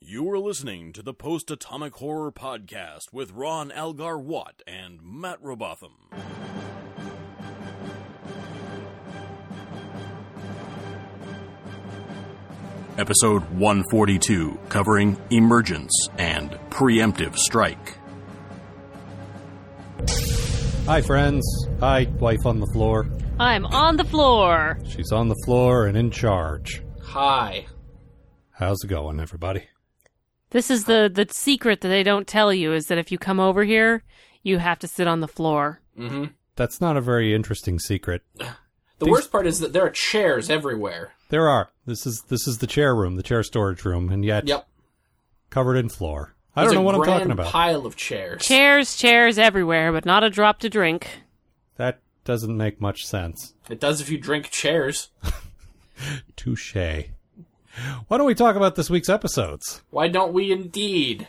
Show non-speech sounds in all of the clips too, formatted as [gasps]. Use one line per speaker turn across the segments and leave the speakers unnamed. You are listening to the Post Atomic Horror Podcast with Ron Algar Watt and Matt Robotham. Episode 142, covering Emergence and Preemptive Strike.
Hi, friends. Hi, wife on the floor.
I'm on the floor.
She's on the floor and in charge.
Hi.
How's it going, everybody?
This is the the secret that they don't tell you is that if you come over here, you have to sit on the floor.
Mm-hmm.
That's not a very interesting secret.
The
These-
worst part is that there are chairs everywhere.
There are. This is this is the chair room, the chair storage room, and yet
Yep.
covered in floor. I
There's
don't know
a
what I'm
grand
talking about.
Pile of chairs.
Chairs, chairs everywhere, but not a drop to drink.
that doesn't make much sense.
It does if you drink chairs.
Touche. Why don't we talk about this week's episodes?
Why don't we indeed?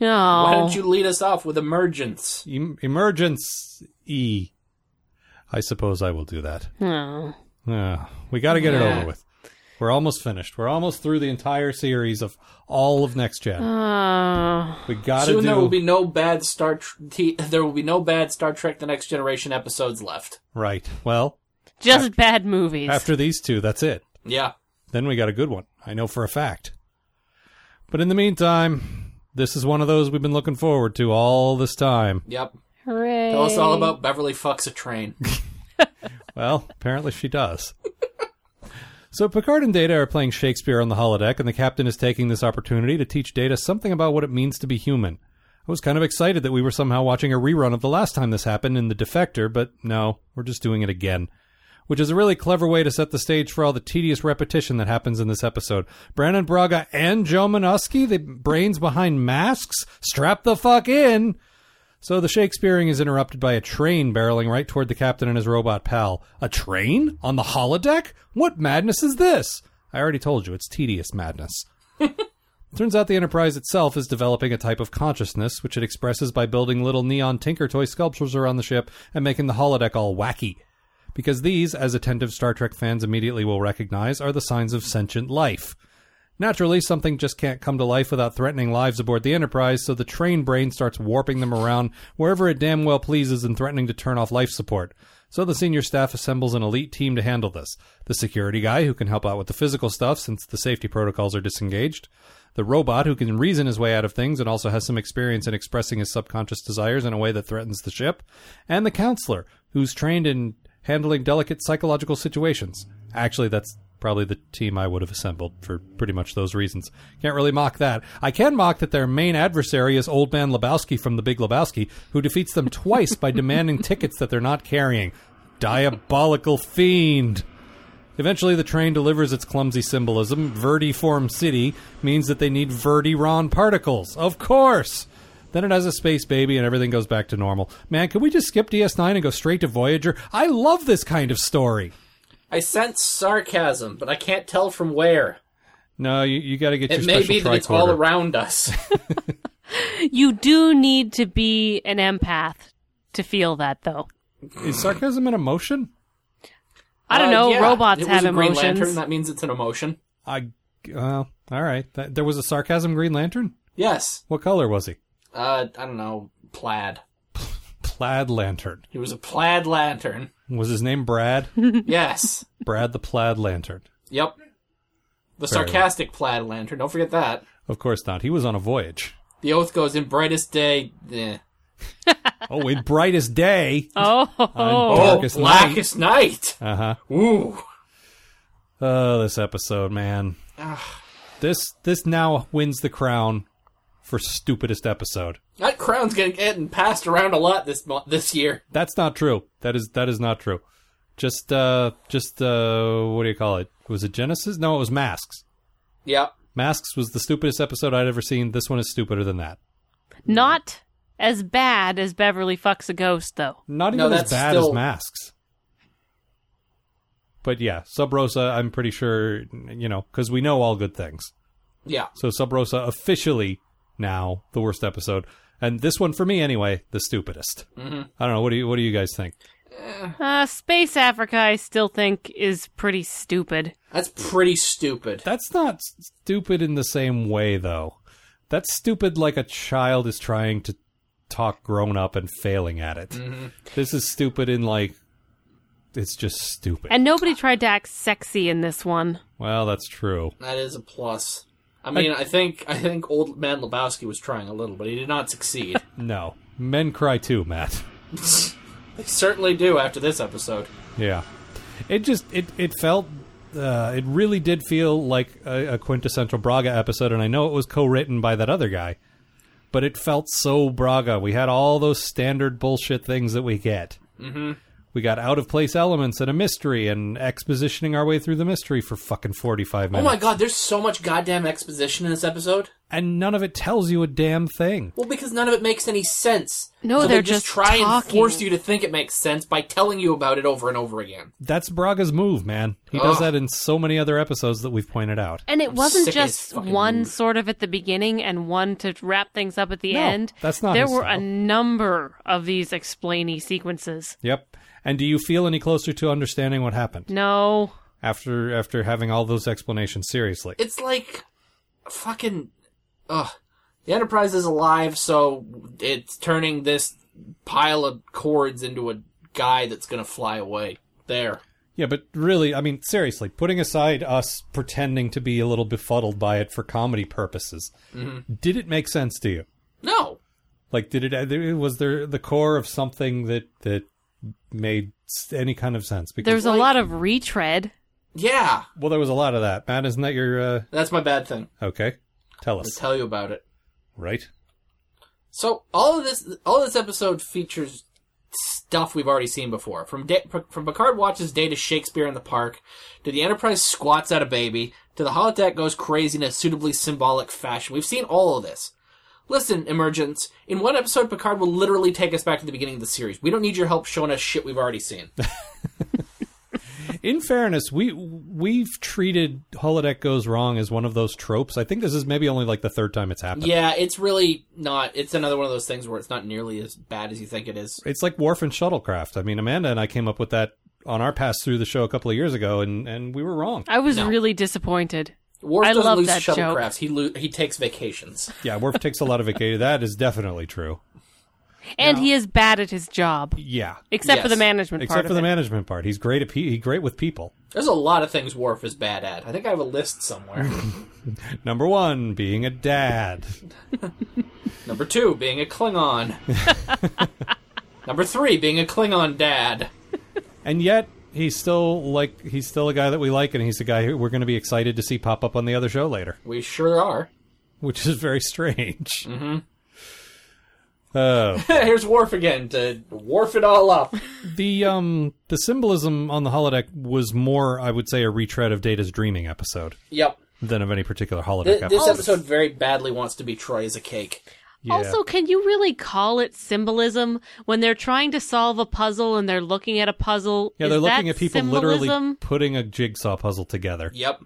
No.
Why don't you lead us off with emergence?
Em- emergence E. I suppose I will do that.
No.
Yeah, we got to get it
Yeah.
over with. We're almost finished. We're almost through the entire series of all of Next Gen.
Oh.
we got to
Uh, Soon
do.
there will be no bad Star Tr- T- there will be no bad Star Trek: The Next Generation episodes left.
Right. Well,
Just bad movies.
after these two, that's it.
Yeah.
Then we got a good one. I know for a fact. But in the meantime, this is one of those we've been looking forward to all this time.
Yep.
Hooray.
Tell us all about Beverly fucks a train.
Well, apparently she does. So Picard and Data are playing Shakespeare on the holodeck, and the captain is taking this opportunity to teach Data something about what it means to be human. I was kind of excited that we were somehow watching a rerun of the last time this happened in The Defector, but no, we're just doing it again. Which is a really clever way to set the stage for all the tedious repetition that happens in this episode. Brandon Braga and Joe Manusky, the brains behind masks, strap the fuck in! So the Shakespearean is interrupted by a train barreling right toward the captain and his robot pal. A train? On the holodeck? What madness is this? I already told you, it's tedious madness. Turns out the Enterprise itself is developing a type of consciousness, which it expresses by building little neon Tinker Toy sculptures around the ship and making the holodeck all wacky. Because these, as attentive Star Trek fans immediately will recognize, are the signs of sentient life. Naturally, something just can't come to life without threatening lives aboard the Enterprise, so the train brain starts warping them around wherever it damn well pleases and threatening to turn off life support. So the senior staff assembles an elite team to handle this. The security guy, who can help out with the physical stuff since the safety protocols are disengaged. The robot, who can reason his way out of things and also has some experience in expressing his subconscious desires in a way that threatens the ship. And the counselor, who's trained in handling delicate psychological situations. Actually, that's probably the team I would have assembled for pretty much those reasons. Can't really mock that. I can mock that their main adversary is Old Man Lebowski from The Big Lebowski, who defeats them twice by demanding [laughs] tickets that they're not carrying. Diabolical fiend. Eventually, the train delivers its clumsy symbolism. Verdi form city means that they need Verdiron particles. Of course! Then it has a space baby and everything goes back to normal. Man, can we just skip DS9 and go straight to Voyager? I love this kind of story.
I sense sarcasm, but I can't tell from where.
No, you, you got to get
It
your
may
special
be that it's all
tricorder.
around us.
You do need to be an empath to feel that though.
Is sarcasm an emotion?
[laughs] I don't
Uh,
know,
yeah,
robots
it was
have
a Green
emotions.
Lantern, that means it's an emotion.
I. Uh, all right. That, there was a sarcasm Green Lantern?
Yes.
What color was he?
Uh, I don't know. Plaid.
Plaid Lantern.
He was a plaid lantern.
Was his name Brad?
Yes.
Brad the Plaid Lantern.
yep. The
Very
sarcastic plaid lantern. Don't forget that.
Of course not. He was on a voyage.
The oath goes in brightest day. eh.
Oh, in brightest day.
oh.
Oh,
Darkest
blackest night.
Uh huh.
Ooh.
Oh, this episode, man. This this now wins the crown for stupidest episode.
That crown's getting, getting passed around a lot this month, this year.
That's not true. That is that is not true. Just uh just uh what do you call it? Was it Genesis? No, it was Masks.
Yep.
Masks was the stupidest episode I'd ever seen. This one is stupider than that.
Not as bad as Beverly fucks a ghost though.
Not
No,
even as
that's
bad as
still-
Masks. But yeah, Sub Rosa, I'm pretty sure, you know, because we know all good things.
Yeah.
So Sub Rosa officially now the worst episode, and this one for me anyway, the stupidest. Mm-hmm. I don't know. What do you What do you guys think?
Uh, Space Africa, I still think is pretty stupid.
That's pretty stupid.
That's not s- stupid in the same way though. That's stupid like a child is trying to talk grown up and failing at it. This is stupid in like it's just stupid.
And nobody tried to act sexy in this one.
well, that's true.
That is a plus. I mean, I think I think old man Lebowski was trying a little, but he did not succeed.
No. Men cry too, Matt.
they certainly do after this episode.
Yeah. It just it it felt uh, it really did feel like a, a quintessential Braga episode, and I know it was co-written by that other guy, but it felt so Braga. We had all those standard bullshit things that we get. Mm-hmm. We got out of place elements and a mystery, and expositioning our way through the mystery for fucking forty-five
Oh
minutes.
my god, there's so much goddamn exposition in this episode.
And none of it tells you a damn thing.
Well, because none of it makes any sense.
No,
so
they're
they just,
just
try and
talking.
force you to think it makes sense by telling you about it over and over again.
That's Braga's move, man. He does
Ugh.
that in so many other episodes that we've pointed out.
And it wasn't
sick of his
just
fucking
one
mood.
sort of at the beginning and one to wrap things up at the
No,
end.
that's not
There
his
were a
style.
number of these explainy sequences.
Yep. And do you feel any closer to understanding what happened?
No,
after after having all those explanations seriously.
It's like fucking ugh. The Enterprise is alive, so it's turning this pile of cords into a guy that's gonna fly away. There.
yeah, but really, I mean, seriously, putting aside us pretending to be a little befuddled by it for comedy purposes, did it make sense to you?
No.
Like, did it? Was there the core of something that that made s- any kind of sense? Because
there's a lot of retread.
Yeah.
well, there was a lot of that. Matt, isn't that your uh,
That's my bad thing.
okay? Tell
I'll
us,
tell you about it.
right?
So all of this, all this episode features stuff we've already seen before. From da- from Picard watches Data Shakespeare in the park, to the Enterprise squats at a baby, to the holodeck goes crazy in a suitably symbolic fashion. We've seen all of this. Listen, Emergence. In one episode, Picard will literally take us back to the beginning of the series. We don't need your help showing us shit we've already seen.
In fairness, we we've treated holodeck goes wrong as one of those tropes. I think this is maybe only like the third time it's happened.
yeah, it's really not. It's another one of those things where it's not nearly as bad as you think it is.
it's like Wharf and Shuttlecraft. I mean, Amanda and I came up with that on our pass through the show a couple of years ago, and, and we were
[laughs]
wrong.
I was
No.
really disappointed.
Worf
I
doesn't
love
lose
that joke.
shuttlecrafts. He lo- he takes vacations.
Yeah, Worf takes a lot of vacation. That is definitely true.
And he is bad at his job,
Yeah,
except for
Yes.
the management part
except for
of
the
it.
management part. He's great at pe- he great with people.
There's a lot of things Worf is bad at. I think I have a
[laughs]
list somewhere.
Number one, being a dad.
Number two, being
[laughs]
a Klingon. Number three, being a Klingon dad.
and yet he's still like he's still a guy that we like, and he's a guy who we're going to be excited to see pop up on the other show later,
We sure are. [laughs]
which is very strange. Mm-hmm. Oh,
Here's Worf again to wharf it all up.
the um the symbolism on the holodeck was more, I would say, a retread of Data's dreaming episode.
Yep.
than of any particular holiday
Th-
episode.
this episode very badly wants to be Troy as a cake.
Yeah.
Also, can you really call it symbolism when they're trying to solve a puzzle and they're looking at a puzzle?
yeah,
Is
they're
that
looking at people literally
symbolism?
putting a jigsaw puzzle together.
Yep.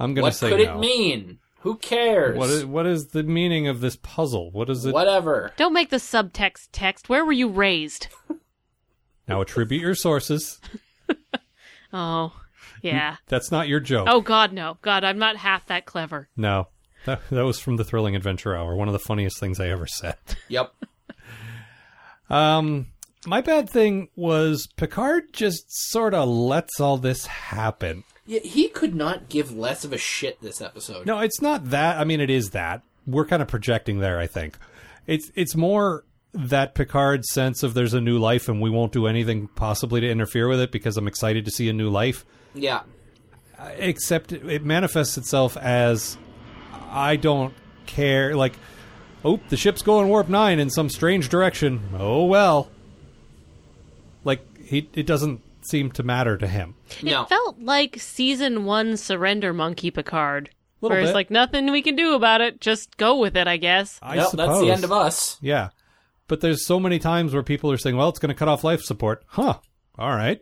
I'm going to
What
say
could
no.
it mean? Who cares?
What is what is the meaning of this puzzle? What is it? [laughs]
Whatever.
Don't make the subtext text. Where were you raised?
Now attribute your
[laughs]
sources.
Oh, yeah.
That's not your joke.
Oh God, no, God, I'm not half that clever.
No. That, that was from the Thrilling Adventure Hour, one of the funniest things I ever said.
Yep.
Um, my bad thing was Picard just sort of lets all this happen.
Yeah, he could not give less of a shit this episode.
No, it's not that. I mean, it is that. We're kind of projecting there. I think it's it's more that Picard sense of there's a new life and we won't do anything possibly to interfere with it because I'm excited to see a new life.
Yeah.
Except it manifests itself as I don't care. Like, oh, the ship's going warp nine in some strange direction. Oh well. Like he, it doesn't seem to matter to him.
No.
It felt like season one surrender monkey Picard,
Little
where it's
bit.
like nothing we can do about it. Just go with it, I guess.
I
Yep,
suppose
that's the end of us. [laughs]
Yeah. But there's so many times where people are saying, well, it's going to cut off life support. Huh. All right.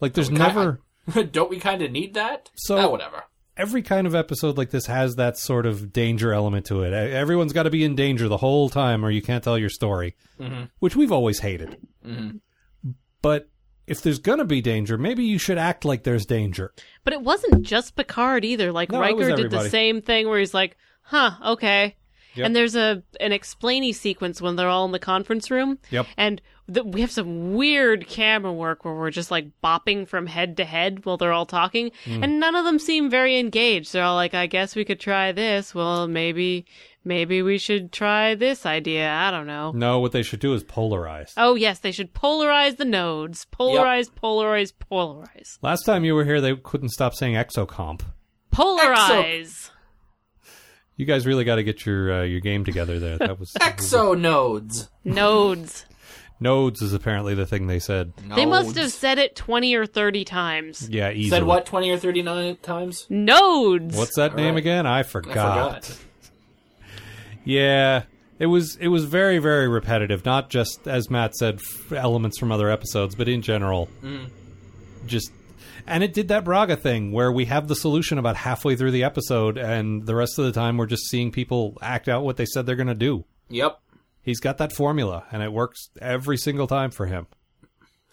Like there's
kinda-
never
Don't we kind of need that?
So-
Ah, whatever.
every kind of episode like this has that sort of danger element to it. E- Everyone's got to be in danger the whole time or you can't tell your story,
Mm-hmm.
which we've always hated. But if there's going to be danger, maybe you should act like there's danger.
But it wasn't just Picard either. Like
No, it was
Riker did
everybody.
the same thing where he's like, "Huh, okay,"
Yep.
And there's a an explainy sequence when they're all in the conference room.
Yep.
And th- we have some weird camera work where we're just like bopping from head to head while they're all talking,
Hmm.
and none of them seem very engaged. They're all like, "I guess we could try this. Well, maybe, maybe we should try this idea. I don't know."
No, what they should do is polarize.
Oh yes, they should polarize the nodes. Polarize, polarize, polarize,
Last time you were here, they couldn't stop saying exocomp.
polarize.
You guys really got to get your uh, your game together there. That was
Exonodes.
Nodes.
nodes is apparently the thing they said.
They must have
Nodes.
said it 20 or 30 times.
Yeah, easily.
said what twenty or thirty nine times.
Nodes.
What's that
All
name
right.
again? I
I
forgot.
forgot.
Yeah, it was it was very very repetitive. Not just as Matt said, f- elements from other episodes, but in general, just and it did that Braga thing where we have the solution about halfway through the episode, and the rest of the time we're just seeing people act out what they said they're going to do.
Yep.
He's got that formula, and it works every single time for him.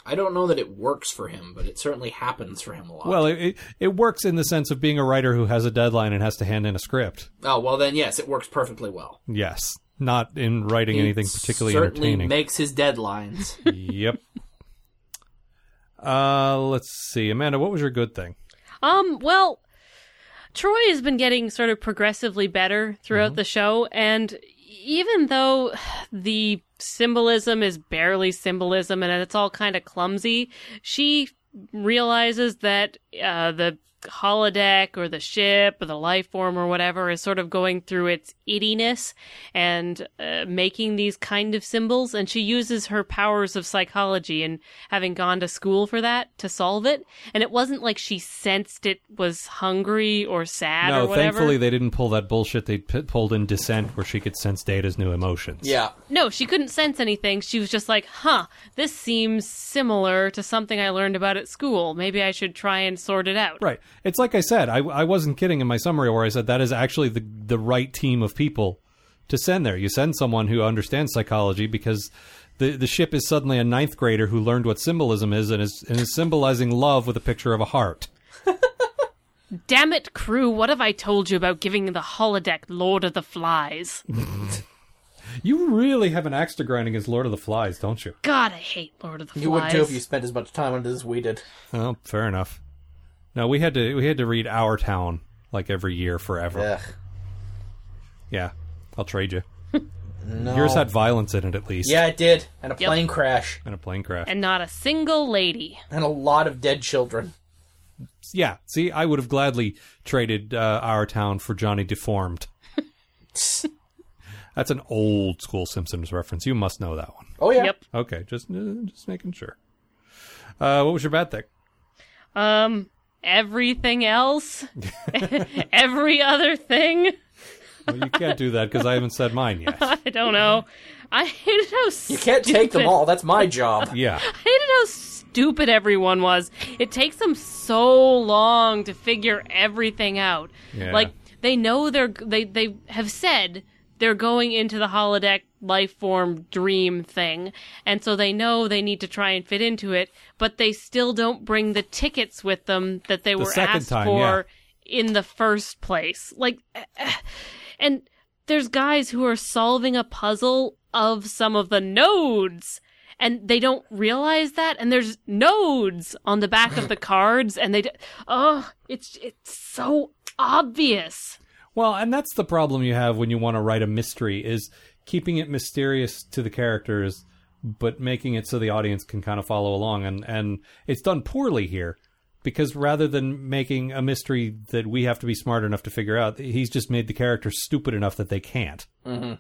I don't know that it works for him, but it certainly happens for him a lot.
Well, it, it it works in the sense of being a writer who has a deadline and has to hand in a script.
oh well, then yes, it works perfectly well.
Yes, not in writing
He
anything particularly
certainly
entertaining.
makes his deadlines.
[laughs] yep. Uh, let's see, Amanda. What was your good thing?
Um, well, Troy has been getting sort of progressively better throughout the show, and even though the symbolism is barely symbolism and it's all kind of clumsy, she realizes that uh, the holodeck or the ship or the life form or whatever is sort of going through its ittiness and uh, making these kind of symbols and she uses her powers of psychology and having gone to school for that to solve it and it wasn't like she sensed it was hungry or sad or
no,
whatever
thankfully they didn't pull that bullshit they p- pulled in Descent, where she could sense Data's new emotions.
yeah.
No, she couldn't sense anything. She was just like, huh, this seems similar to something I learned about at school. Maybe I should try and sort it out.
Right. It's like I said. I I wasn't kidding in my summary where I said that is actually the the right team of people to send there. You send someone who understands psychology because. The, the ship is suddenly a ninth grader who learned what symbolism is and is, and is symbolizing love with a picture of a heart.
Damn it, crew, what have I told you about giving the holodeck Lord of the Flies?
You really have an axe to grind against Lord of the Flies, don't you?
God, I hate Lord of the
You would
Flies.
too if you spent as much time on it as we did.
Oh, fair enough. No, we had to we had to read Our Town like every year forever.
Ugh,
Yeah, I'll trade you.
no.
Yours had violence in it at least.
Yeah, it did, and a plane crash,
And a plane crash.
and not a single lady.
and a lot of
[laughs]
dead children.
yeah. See, I would have gladly traded uh, Our Town for Johnny Deformed. That's an old school Simpsons reference. You must know that one.
Oh yeah.
Yep.
Okay, just uh, just making sure. Uh, what was your bad thing?
Um, everything
[laughs]
else? Every other thing?
Well, you can't do that because I haven't said mine
[laughs]
yet.
I don't know. I [laughs] hated how
You can't take them all. That's
[laughs]
my job.
Yeah.
I hated how stupid everyone was. It takes them so long to figure everything out.
Yeah.
Like they know they're they they have said they're going into the holodeck life form dream thing, and so they know they need to try and fit into it, but they still don't bring the tickets with them that they were
second
asked
time,
for in the first place. Like eh, and there's guys who are solving a puzzle of some of the nodes and they don't realize that and there's nodes on the
[laughs]
back of the cards and they d- oh it's it's so obvious
Well, and that's the problem you have when you want to write a mystery is keeping it mysterious to the characters, but making it so the audience can kind of follow along. And and it's done poorly here because rather than making a mystery that we have to be smart enough to figure out, he's just made the characters stupid enough that they can't. Mm-hmm.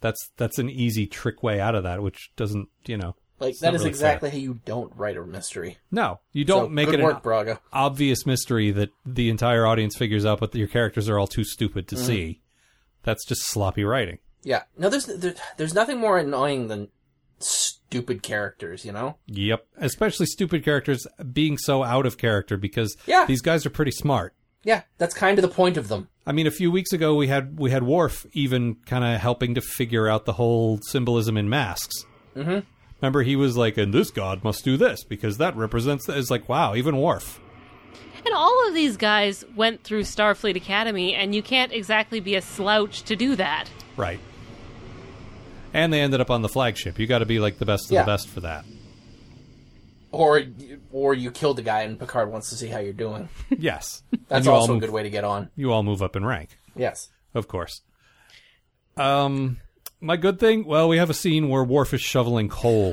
That's that's an easy trick way out of that, which doesn't you know.
Like
not
that is
really
exactly how you don't write a mystery.
No, you don't
So,
make
good
it
work,
an
Braga.
obvious mystery that the entire audience figures out, but your characters are all too stupid
Mm-hmm.
to see. That's just sloppy writing.
Yeah. No, there's there, there's nothing more annoying than stupid characters. You know.
Yep. Especially stupid characters being so out of character because
Yeah.
these guys are pretty smart.
Yeah, that's kind of the point of them.
I mean, a few weeks ago we had we had Worf even kind of helping to figure out the whole symbolism in masks. Mm-hmm. Remember, he was like, "And this god must do this because that represents." That. It's like, wow, even Worf.
and all of these guys went through starfleet academy and you can't exactly be a slouch to do that
Right. And they ended up on the flagship. You got to be like the best of
Yeah.
the best for
[laughs]
that.
Or or you killed a guy and Picard wants to see how you're doing.
Yes. And
That's
you all
also a
move-
good way to get on.
You all move up in rank.
Yes.
Of course. Um, my good thing. Well, we have a scene where Worf is shoveling coal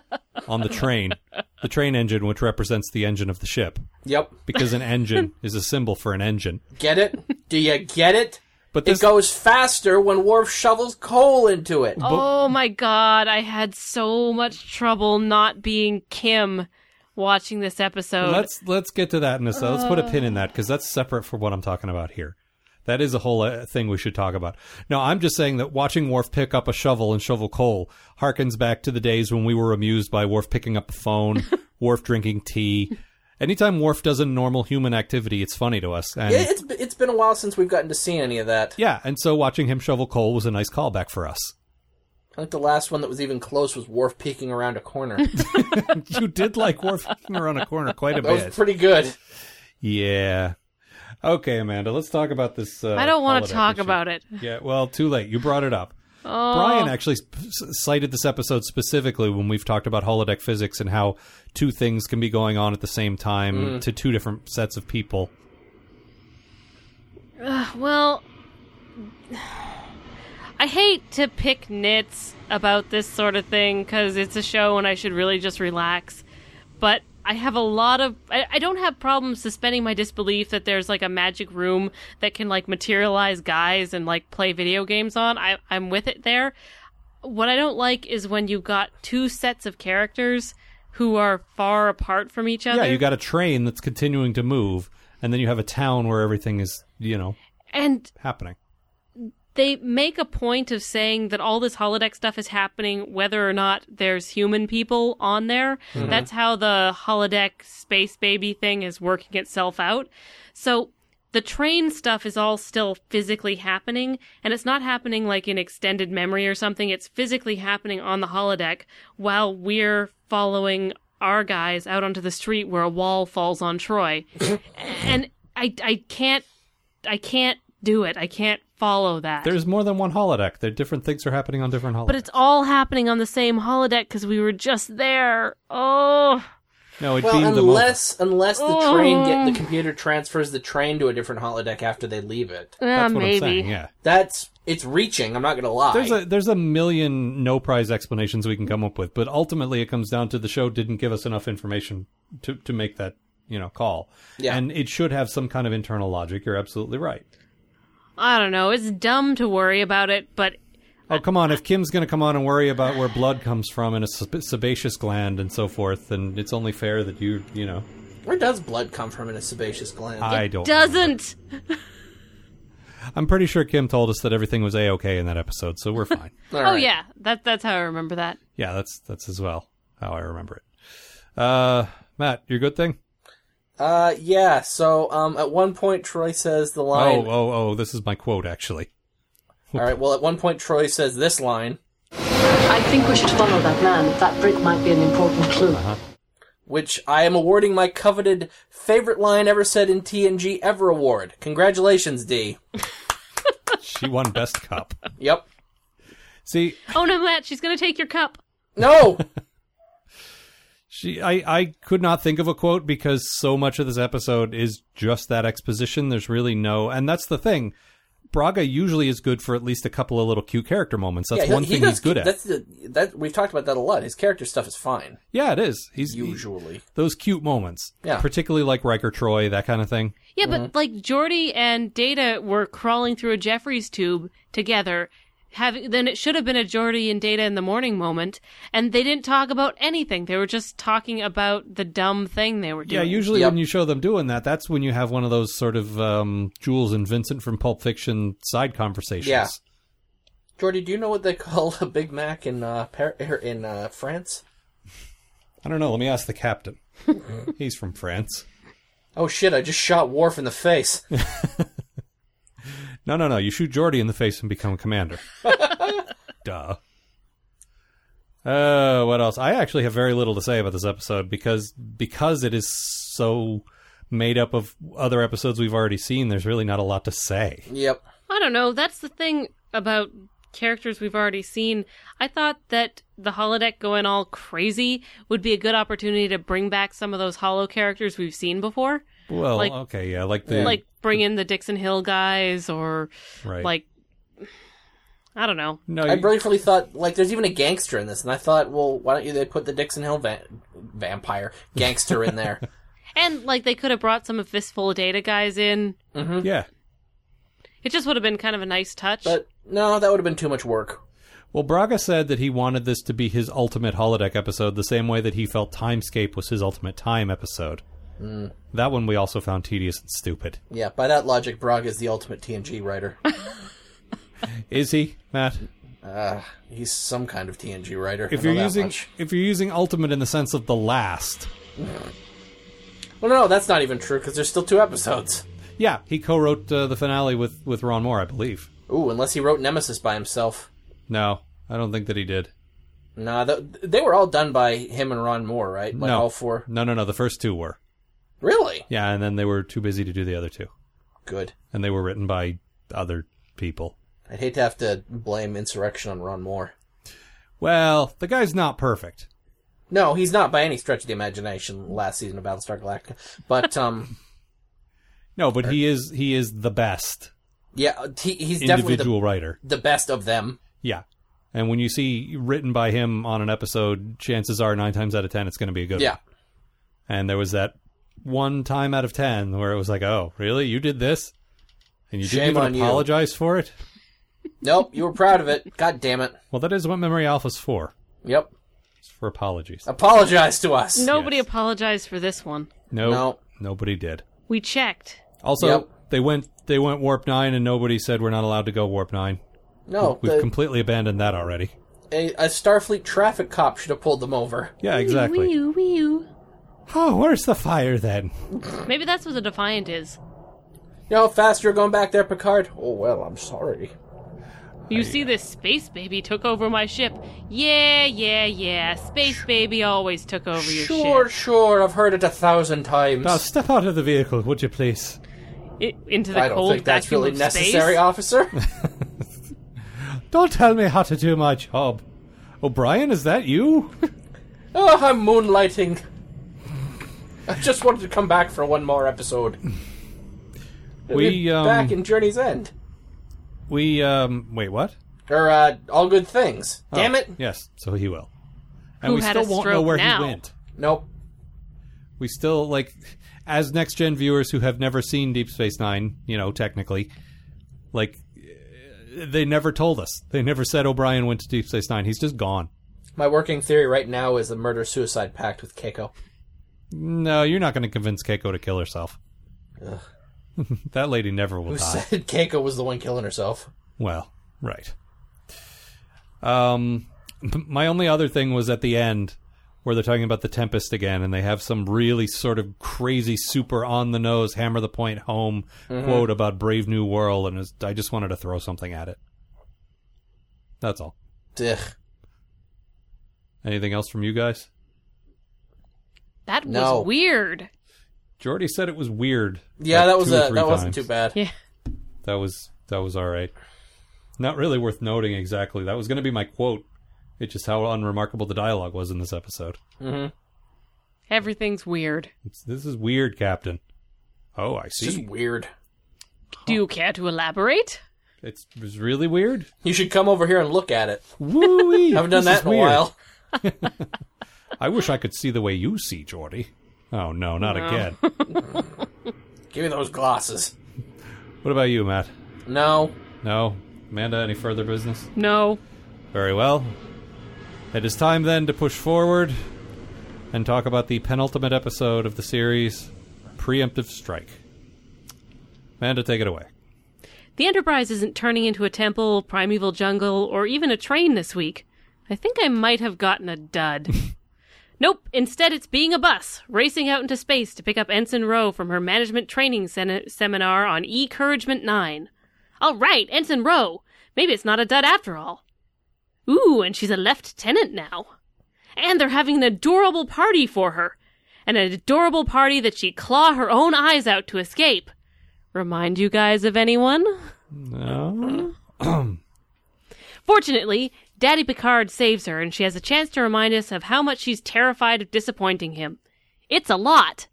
[laughs] on the train, the train engine, which represents the engine of the ship,
Yep.
because an engine is a symbol for an engine.
Get it? Do you get it?
But this,
It goes faster when Worf shovels coal into it.
Oh my god, I had so much trouble not being Kim watching this episode.
let's let's get to that in a second. Let's put a pin in that because that's separate from what I'm talking about here. That is a whole uh, thing we should talk about. No, I'm just saying that watching Worf pick up a shovel and shovel coal harkens back to the days when we were amused by Worf picking up the
[laughs]
phone, Worf drinking tea. Anytime Worf does a normal human activity, it's funny to us. And
It- It's it's been a while since we've gotten to see any of that.
yeah, and so watching him shovel coal was a nice callback for us.
I think the last one that was even close was Worf peeking around
[laughs]
a corner.
you did like
[laughs]
Worf kicking around a corner quite a
That
bit.
was pretty good.
yeah. Okay, Amanda, let's talk about this. Uh,
I don't want
holodeck
to talk
issue.
about it.
Yeah, well, too late. You brought it up.
Oh.
Brian actually sp- s- cited this episode specifically when we've talked about holodeck physics and how two things can be going on at the same time
Mm.
to two different sets of people.
Well, I hate to pick nits about this sort of thing because it's a show and I should really just relax. But I have a lot of. I, I don't have problems suspending my disbelief that there's like a magic room that can like materialize guys and like play video games on. I, I'm with it there. What I don't like is when you've got two sets of characters who are far apart from each other.
Yeah, you got a train that's continuing to move, and then you have a town where everything is, you know,
and
happening.
they make a point of saying that all this holodeck stuff is happening whether or not there's human people on there. That's how the holodeck space baby thing is working itself out. So the train stuff is all still physically happening, and it's not happening like in extended memory or something. It's physically happening on the holodeck while we're following our guys out onto the street where a wall falls on
[coughs]
Troy. and I, I can't I can't do it. I can't follow that.
There's more than one holodeck. There different things are happening on different holodecks.
but it's all happening on the same holodeck because we were just there. Oh,
no, it
Well,
beamed them up.
unless unless the train get
Oh.
the computer transfers the train to a different holodeck after they leave it.
yeah,
That's what
maybe.
I'm saying. Yeah.
That's it's reaching. I'm not gonna lie.
There's a there's a million no prize explanations we can come up with, but ultimately it comes down to the show didn't give us enough information to to make that you know call.
Yeah.
and it should have some kind of internal logic. You're absolutely right.
I don't know. It's dumb to worry about it, but
Oh come on! If Kim's going to come on and worry about where blood comes from and a sab- sebaceous gland and so forth, then it's only fair that you you know
Where does blood come from in a sebaceous gland?
I don't.
doesn't.
I'm pretty sure Kim told us that everything was a okay in that episode, so we're fine.
All
Oh
right.
yeah, that that's how I remember that.
yeah, that's that's as well how I remember it. Uh, Matt, your good thing.
Uh yeah, so um at one point Troy says the line
Oh oh oh! This is my quote actually.
All right, well at one point Troy says this line,
I think we should follow that man. That brick might be an important clue.
Uh-huh.
which I am awarding my coveted favorite line ever said in TNG ever award. Congratulations, D.
She won best cup.
Yep.
See,
Oh no, Matt, she's gonna take your cup.
No.
she I I could not think of a quote because so much of this episode is just that exposition. There's really no and that's the thing. Braga usually is good for at least a couple of little cute character moments. That's
he-
one
he
thing
does-
he's good at.
That's the, that we've talked about that a lot. His character stuff is fine
yeah, it is. He's he-
usually.
those cute moments.
Yeah.
Particularly like Riker Troy, that kind of thing.
Yeah,
Mm-hmm.
but like Jordy and Data were crawling through a Jeffries tube together. Having, then it should have been a Jordy and Data in the morning moment, and they didn't talk about anything. They were just talking about the dumb thing they were
Yeah,
doing.
usually
Yep.
when you show them doing that, that's when you have one of those sort of um, Jules and Vincent from Pulp Fiction side conversations.
Yeah. Jordy, do you know what they [laughs] call a Big Mac in uh, Par- er, in uh, France?
I don't know. Let me ask the captain. [laughs] He's from France.
Oh shit! I just shot Worf in the face.
No, no, no. You shoot Jordy in the face and become commander.
[laughs]
Duh. Uh, what else? I actually have very little to say about this episode because because it is so made up of other episodes we've already seen. There's really not a lot to say.
[laughs] yep.
I don't know. That's the thing. about characters we've already seen, I thought that the holodeck going all crazy would be a good opportunity to bring back some of those hollow characters we've seen before.
Well,
Like-
okay, yeah, like the
Like bring in the Dixon Hill guys or
right.
like I don't know.
no,
I
you-
briefly thought like there's even a gangster in this, and I thought, well, why don't you they put the Dixon Hill va- vampire gangster in [laughs] there?
And like they could have brought some of Fistful of Data guys in.
yeah.
It just would have been kind of a nice touch.
but no, that would have been too much work.
Well, Braga said that he wanted this to be his ultimate holodeck episode, the same way that he felt Timescape was his ultimate time episode. That one we also found tedious and stupid.
Yeah, by that logic, Brog is the ultimate TNG [laughs] writer.
Is he, Matt?
uh, he's some kind of TNG writer. I
If
know
you're
that
using
much. [laughs]
if you're using ultimate in the sense of the last,
well, no, that's not even true because there's still two episodes.
yeah, he co-wrote uh, the finale with with Ron Moore, I believe.
Ooh, unless he wrote Nemesis by himself.
No, I don't think that he did.
Nah, th- they were all done by him and Ron Moore, right? Like
no,
all four.
No, no, no. The first two were.
Really
Yeah, and then they were too busy to do the other two,
good.
and they were written by other people.
I'd hate to have to blame Insurrection on Ron Moore.
Well, the guy's not perfect.
No, he's not by any stretch of the imagination. Last season of Battlestar Galactica, but um, [laughs]
No, but he is he is the best
yeah, he, he's definitely the,
individual writer.
the best of them.
Yeah. And when you see written by him on an episode, chances are nine times out of ten it's going to be a good
Yeah,
one. And there was that one time out of ten where it was like, oh, really? You did this? And you
Shame
didn't
on
even
you.
apologize for it?
nope, you were proud of it. God damn it.
Well, that is what Memory Alpha's for.
Yep,
It's for apologies.
Uh, apologize to us.
Nobody
yes.
apologized for this one.
No,
No.
Nobody did.
We checked.
Also,
Yep.
they went they went warp nine and nobody said we're not allowed to go warp nine.
no,
We've
the-
completely abandoned that already.
a, a Starfleet traffic cop should have pulled them over.
Yeah, exactly.
Wee-oo, wee-oo.
Oh, where's the fire then?
Maybe that's what the Defiant is.
You know, fast you're going back there, Picard. Oh well, I'm sorry.
You see, this space baby took over my ship. Yeah, yeah, yeah. Space baby always took over your
Sure,
ship.
sure, I've heard it a thousand times.
Now step out of the vehicle, would you please?
I- into the
I don't
cold
think that's
vacuum
really
of
necessary,
[laughs]
space.
officer.
Don't tell me how to do my job. O'Brien, is that you? [laughs]
oh, I'm moonlighting. I just wanted to come back for one more episode.
We um,
back in Journey's End.
we um, wait, what?
Or uh, All Good Things.
Oh.
Damn it.
Yes, so he will. And
Who
we
had
still
a
won't know
stroke
where
now?
he went.
Nope.
We still like, as next gen viewers who have never seen Deep Space Nine, you know, technically, like eh, they never told us. They never said O'Brien went to Deep Space Nine. He's just gone.
My working theory right now is the murder suicide pact with
Oh,
Keiko.
No, you're not going to convince Keiko to kill herself. [laughs] that lady never will
Who
die.
said [laughs] Keiko was the one killing herself?
Well, right. Um, m- my only other thing was at the end where they're talking about the Tempest again, and they have some really sort of crazy, super on the nose, hammer the point home quote about Brave New World, and it was, I just wanted to throw something at it. That's all.
Ugh.
Anything else from you guys?
That was
No.
weird.
Jordy said it was weird.
Yeah,
like,
that was
two or
a, that
three
wasn't too
times.
bad.
Yeah.
That was that was all right. Not really worth noting exactly. That was going to be my quote. It's just how unremarkable the dialogue was in this episode.
Everything's weird.
It's- This is weird, Captain. Oh, I
It's just
see.
weird.
Do you care to elaborate?
It's, it's really
[laughs]
weird.
You should come over here and look
[laughs]
at it.
Woo-wee.
Haven't done
This is
that in a
weird.
while.
I wish I could see the way you see, Jordy. Oh no, not
[laughs]
again. what
Give me those glasses.
about you, Matt?
No.
No, Amanda. Any further business?
No.
Very well. It is time then to push forward and talk about the penultimate episode of the series, Preemptive Strike. Amanda, take it away.
The Enterprise isn't turning into a temple, primeval jungle, or even a train this week. I think I might have gotten a dud. nope, instead it's being a bus, racing out into space to pick up Ensign Rowe from her management training sen- seminar on E-Couragement 9. All right, Ensign Rowe! Maybe it's not a dud after all. Ooh, and she's a lieutenant now. And they're having an adorable party for her. An adorable party that she'd claw her own eyes out
Uh-huh.
to escape. Remind you guys of anyone?
No.
Fortunately, Daddy Picard saves her and she has a chance to remind us of how much she's terrified of disappointing him. It's a lot.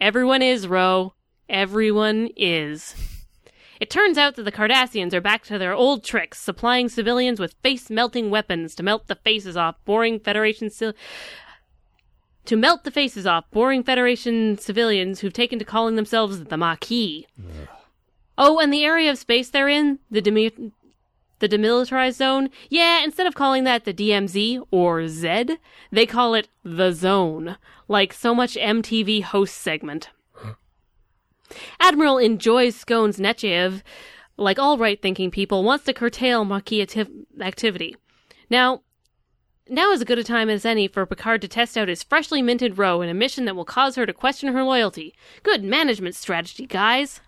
Everyone is, Ro. Everyone is. It turns out that the Cardassians are back to their old tricks, supplying civilians with face melting weapons to melt the faces off boring Federation ci- to melt the faces off boring Federation civilians who've taken to calling themselves the Maquis. Oh, and the area of space they're in, the demi- the demilitarized zone, yeah, instead of calling that the DMZ or Z, they call it the zone, like so much MTV host segment. Admiral enjoys Scone's Netchev, like all right thinking people, wants to curtail Maquis ati- activity. Now, now is as good a time as any for Picard to test out his freshly minted row in a mission that will cause her to question her loyalty. Good management strategy, guys.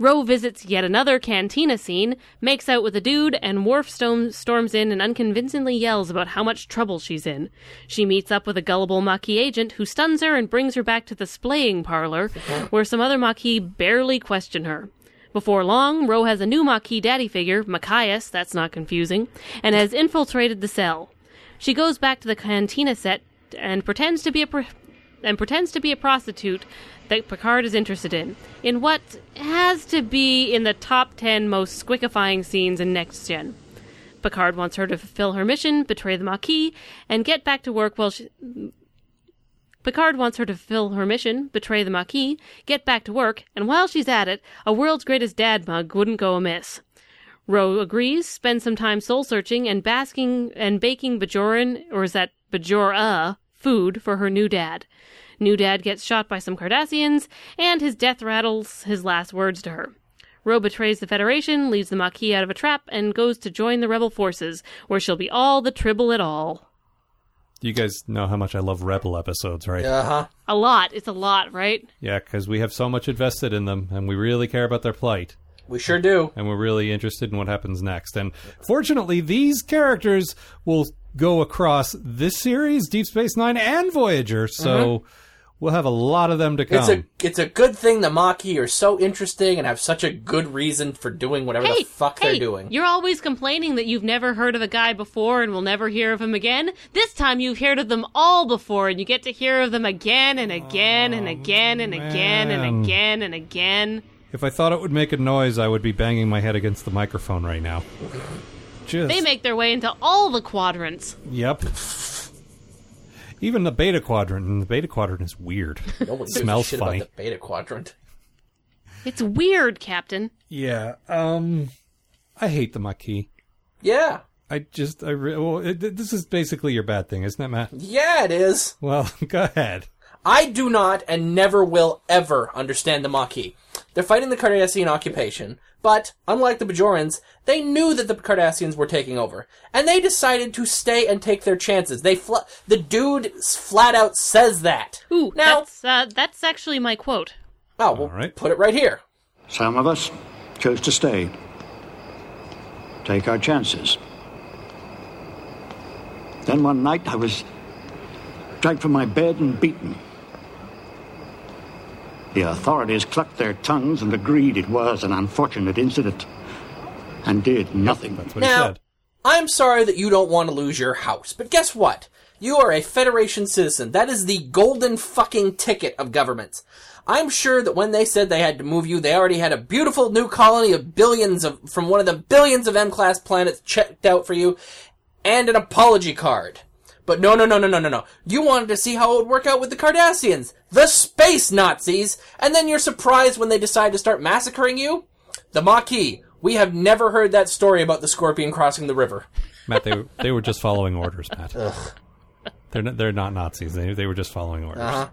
Roe visits yet another cantina scene, makes out with a dude, and Worf storm- storms in and unconvincingly yells about how much trouble she's in. She meets up with a gullible Maquis agent who stuns her and brings her back to the splaying parlor, where some other Maquis barely question her. Before long, Roe has a new Maquis daddy figure, Machias, that's not confusing, and has infiltrated the cell. She goes back to the cantina set and pretends to be a pr- and pretends to be a prostitute that Picard is interested in, in what has to be in the top 10 most squickifying scenes in Next Gen. Picard wants her to fulfill her mission, betray the Maquis, and get back to work while she. Picard wants her to fulfill her mission, betray the Maquis, get back to work, and while she's at it, a world's greatest dad mug wouldn't go amiss. Ro agrees, spends some time soul searching and basking and baking Bajoran, or is that Bajora, food for her new dad. New dad gets shot by some Cardassians, and his death rattles his last words to her. Ro betrays the Federation, leads the Maquis out of a trap, and goes to join the rebel forces, where she'll be all the tribble at all.
You guys know how much I love Rebel episodes, right?
Uh huh.
A lot. It's a lot, right?
Yeah, because we have so much invested in them, and we really care about their plight,
We sure do.
and we're really interested in what happens next. And fortunately, these characters will go across this series, Deep Space Nine, and Voyager. So we'll have a lot of them to come.
It's a it's a good thing the Maquis are so interesting and have such a good reason for doing whatever
Hey,
the fuck
hey,
they're doing.
You're always complaining that you've never heard of a guy before and will never hear of him again. This time you've heard of them all before and you get to hear of them again and again and again and again
man.
and again and again.
If I thought it would make a noise, I would be banging my head against the microphone right now. Just
They make their way into all the quadrants.
yep. Even the beta quadrant, and the beta quadrant is weird.
No one gives a
smells
shit
funny.
about the Beta Quadrant.
It's weird, Captain.
Yeah. Um, I hate the Maquis.
Yeah,
I just, I re- well, it, th- this is basically your bad thing, isn't it, Matt?
yeah, it is.
Well, [laughs] go ahead.
I do not and never will ever understand the Maquis. They're fighting the Cardassian occupation, but unlike the Bajorans, they knew that the Cardassians were taking over, and they decided to stay and take their chances. They fl- the dude s- flat out says that.
Ooh,
now,
that's uh, that's actually my quote.
oh, we'll
Alright.
put it right here.
Some of us chose to stay, take our chances. Then one night I was dragged from my bed and beaten. The authorities clucked their tongues and agreed it was an unfortunate incident and did nothing.
That's what
Now-
he said.
I'm sorry that you don't want to lose your house, but guess what? You are a Federation citizen. That is the golden fucking ticket of governments. I'm sure that when they said they had to move you, they already had a beautiful new colony of billions of, from one of the billions of M-class planets checked out for you, and an apology card. But no, no, no, no, no, no, no. You wanted to see how it would work out with the Cardassians, the space Nazis, and then you're surprised when they decide to start massacring you? The Maquis. We have never heard that story about the scorpion crossing the river.
Matt, they, were- they were just following orders,
[laughs]
Matt. They're not, they're not Nazis. They, they were just following orders.
Uh-huh.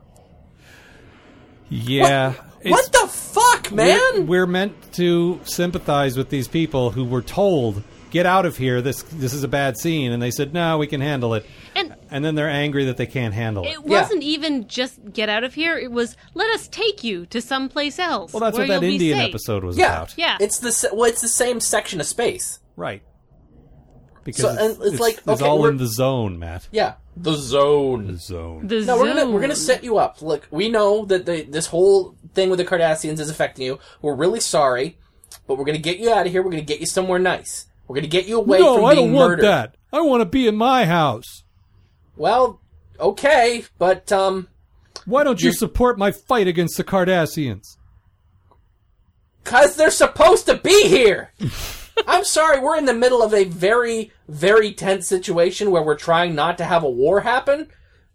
Yeah. it's-
What the fuck, man?
We're, we're meant to sympathize with these people who were told, "Get out of here. This this is a bad scene," and they said, "No, we can handle it."
And-
then they're angry that they can't handle it.
It wasn't even just get out of here. It was let us take you to someplace else.
well, that's
where
what that
you'll be
Indian
safe."
episode was
yeah,
about,
Yeah.
It's the se- well, it's the same section of space.
right? Because
So,
it's,
and it's like,
it's
okay,
all
we're-
in the zone, Matt.
Yeah, the zone.
The zone.
The
No, we're gonna we're
zone.
gonna set you up. Look, we know that the, this whole thing with the Cardassians is affecting you. We're really sorry, but we're gonna get you out of here. We're gonna get you somewhere nice. We're gonna get you away
no,
from
I
being
don't want
murdered.
that. I want to be in my house.
Well, okay, but um,
Why don't you
You're-
support my fight against the Cardassians?
Because they're supposed to be here! I'm sorry, we're in the middle of a very, very tense situation where we're trying not to have a war happen.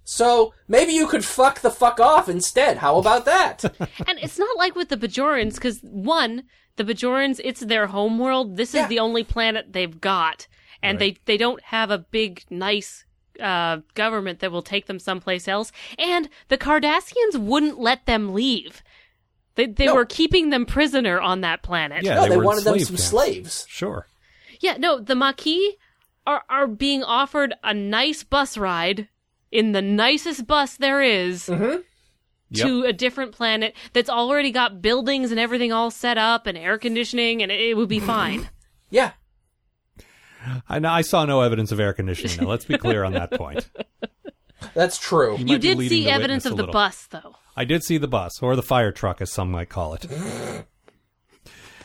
So maybe you could fuck the fuck off instead. How
[laughs]
about that?
And it's not like with the Bajorans, because one, the Bajorans, it's their homeworld. This is
Yeah.
the only planet they've got, and they they don't have a big nice uh, government that will take them someplace else. And the Cardassians wouldn't let them leave. They they
No.
were keeping them prisoner on that planet.
Yeah,
no,
they
they,
were in
wanted them
slave
some
camps.
slaves.
Sure.
Yeah, no, the Maquis are are being offered a nice bus ride in the nicest bus there is to a different planet that's already got buildings and everything all set up and air conditioning and it, it
[clears throat]
would be fine.
Yeah.
I, know- I saw no evidence of air conditioning. Now, let's be clear on that point.
That's
You
true.
[laughs]
might
you
be
did
leading
see
the
evidence
witness a
of the
little.
bus though.
I did see the bus or the fire truck, as some might call it.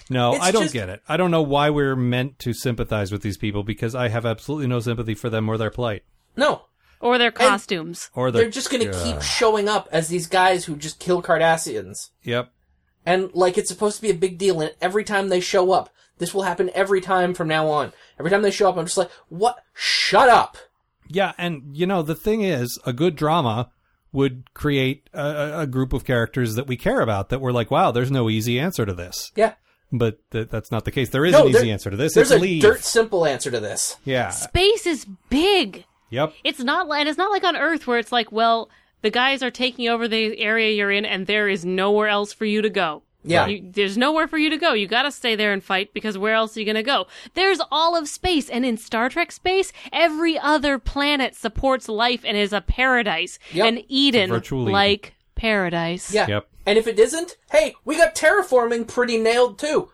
No,
It's
I don't
just-
get it. I don't know why we're meant to sympathize with these people because I have absolutely no sympathy for them or their plight
No.
Or their costumes.
or their.
They're just gonna
Yeah.
keep showing up as these guys who just kill Cardassians.
Yep.
And like it's supposed to be a big deal, and every time they show up, this will happen every time from now on. Every time they show up, I'm just like, what? Shut up!
Yeah, and you know the thing is, a good drama would create a- a, a group of characters that we care about that we're like, wow, there's no easy answer to this.
Yeah.
But th- that's not the case. There is
No,
an
there-
easy answer to this.
There's
it's
a
leave.
dirt simple answer to this.
Yeah.
Space is big.
Yep.
It's not li- and it's not like on Earth where it's like, well, the guys are taking over the area you're in and there is nowhere else for you to go.
Yeah.
You, there's nowhere for you to go. You got to stay there and fight because where else are you going to go? There's all of space. And in Star Trek space, every other planet supports life and is a paradise.
Yep.
An Eden
virtual Eden.
like paradise.
Yeah.
Yep.
And if it isn't, hey, we got terraforming pretty nailed too.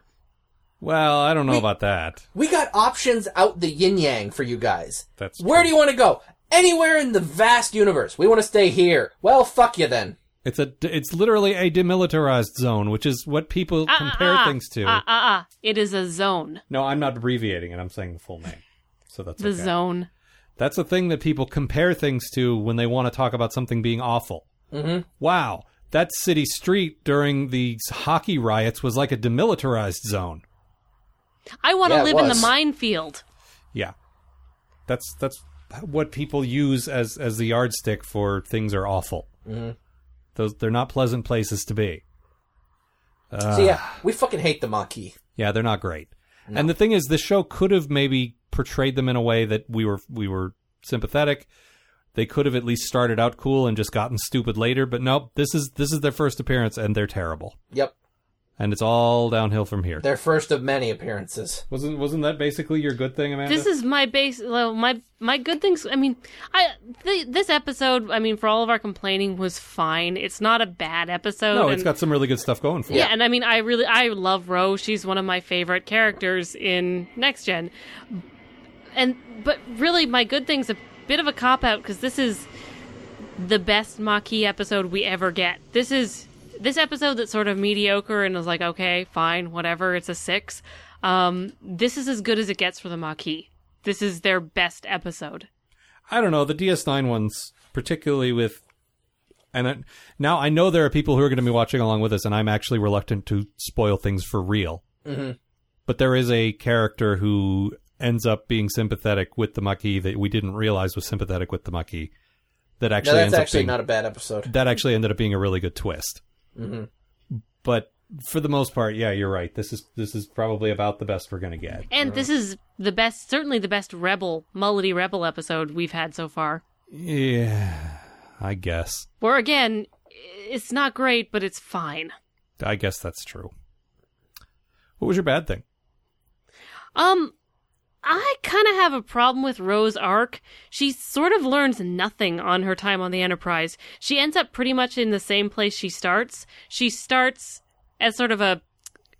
Well, I don't know about that.
We got options out the yin yang for you guys.
That's
Where
true.
do you want to go? Anywhere in the vast universe. We want to stay here. Well, fuck you then.
It's a. It's literally a demilitarized zone, which is what people
Ah,
compare
ah,
things to.
Ah, ah, ah. It is a zone.
No, I'm not abbreviating it. I'm saying the full name. So that's
The
okay.
zone.
That's a thing that people compare things to when they want to talk about something being awful. Mm-hmm. Wow, that city street during the hockey riots was like a demilitarized zone.
I want to
Yeah, it
live in the
was.
minefield.
Yeah, that's that's what people use as as the yardstick for things are awful. Mm-hmm. Those they're not pleasant places to be. Ah.
so yeah, we fucking hate the Maquis.
Yeah, they're not great. And the thing is, the show could have maybe portrayed them in a way that we were we were sympathetic. They could have at least started out cool and just gotten stupid later, but nope. This is this is their first appearance, and they're terrible.
Yep.
And it's all downhill from here.
Their first of many appearances.
Wasn't wasn't that basically your good thing, Amanda?
This is my base. Well, my my good things. I mean, I th- this episode. I mean, for all of our complaining, was fine. It's not a bad episode.
no,
and-
it's got some really good stuff going for
Yeah,
it.
and I mean, I really, I love Ro. She's one of my favorite characters in Next Gen. And but really, my good thing's a bit of a cop out because this is the best Maquis episode we ever get. This is this episode that's sort of mediocre and is like, okay, fine, whatever. It's a six. Um, this is as good as it gets for the Maquis. This is their best episode.
I don't know the DS9 ones, particularly with. And I, now I know there are people who are going to be watching along with us, and I'm actually reluctant to spoil things for real.
Mm-hmm.
But there is a character who ends up being sympathetic with the Maquis that we didn't realize was sympathetic with the Maquis. That
No,
actually
that's
ends up
actually
being
not a Mm-hmm. bad episode.
that actually ended up being a really good twist. But for the most part, yeah, you're right. This is this is probably about the best we're going to get.
And this is the best, certainly the best Rebel Mullety Rebel episode we've had so far.
Yeah, I guess.
Where again, it's not great, but it's fine.
I guess that's true. What was your bad thing?
Um, I kind of have a problem with Rose arc. She sort of learns nothing on her time on the Enterprise. She ends up pretty much in the same place she starts. She starts as sort of a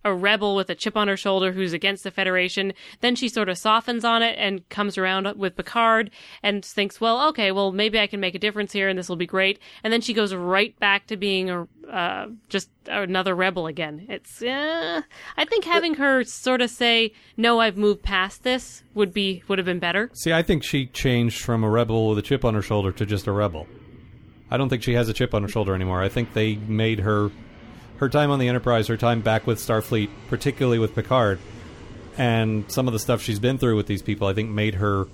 a rebel with a chip on her shoulder who's against the Federation. Then she sort of softens on it and comes around with Picard and thinks, well, okay, well, maybe I can make a difference here and this will be great. And then she goes right back to being a, uh, just another rebel again. It's, uh, I think having her sort of say, no, I've moved past this would be, would have been better.
See, I think she changed from a rebel with a chip on her shoulder to just a rebel. I don't think she has a chip on her shoulder anymore. I think they made her her time on the Enterprise, her time back with Starfleet, particularly with Picard, and some of the stuff she's been through with these people, I think made her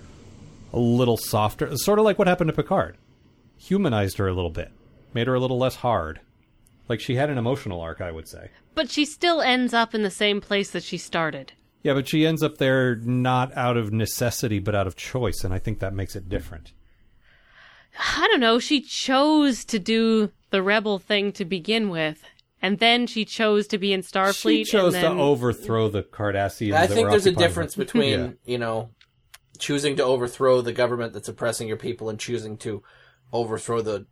a little softer. Sort of like what happened to Picard. Humanized her a little bit. Made her a little less hard. Like she had an emotional arc, I would say.
But she still ends up in the same place that she started.
Yeah, but she ends up there not out of necessity, but out of choice, and I think that makes it different.
I don't know, she chose to do the rebel thing to begin with. And then she chose to be in Starfleet.
She chose
and then,
to overthrow the Cardassians.
I
that
think
were
there's a
occupying
difference
them. [laughs]
between,
Yeah.
you know, choosing to overthrow the government that's oppressing your people and choosing to overthrow the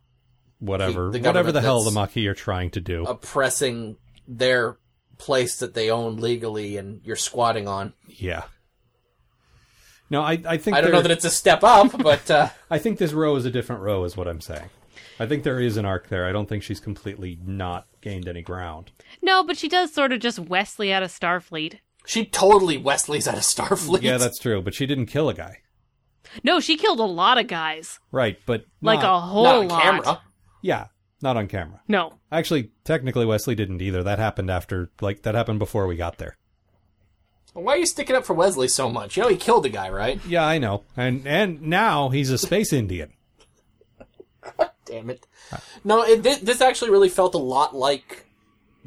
whatever, whatever
the government
the hell the
that's-
Maquis are trying to do.
oppressing their place that they own legally and you're squatting on.
yeah. No, I, I think
I don't
there-
know that it's a step up, but uh,
I think this row is a different row, is what I'm saying. I think there is an arc there. I don't think she's completely not gained any ground.
No, but she does sort of just Wesley out of Starfleet.
she totally Wesley's out of Starfleet.
Yeah, that's true. But she didn't kill a guy,
No, she killed a lot of guys.
right? But
Like
not-
a whole
[laughs] not on
lot.
camera.
yeah, not on camera.
No.
Actually, technically, Wesley didn't either. That happened after, like, that happened before we got there.
Why are you sticking up for Wesley so much? You know he killed a guy, right?
Yeah, I know. And and now he's a space Indian.
Damn it! No, it, thi- this actually really felt a lot like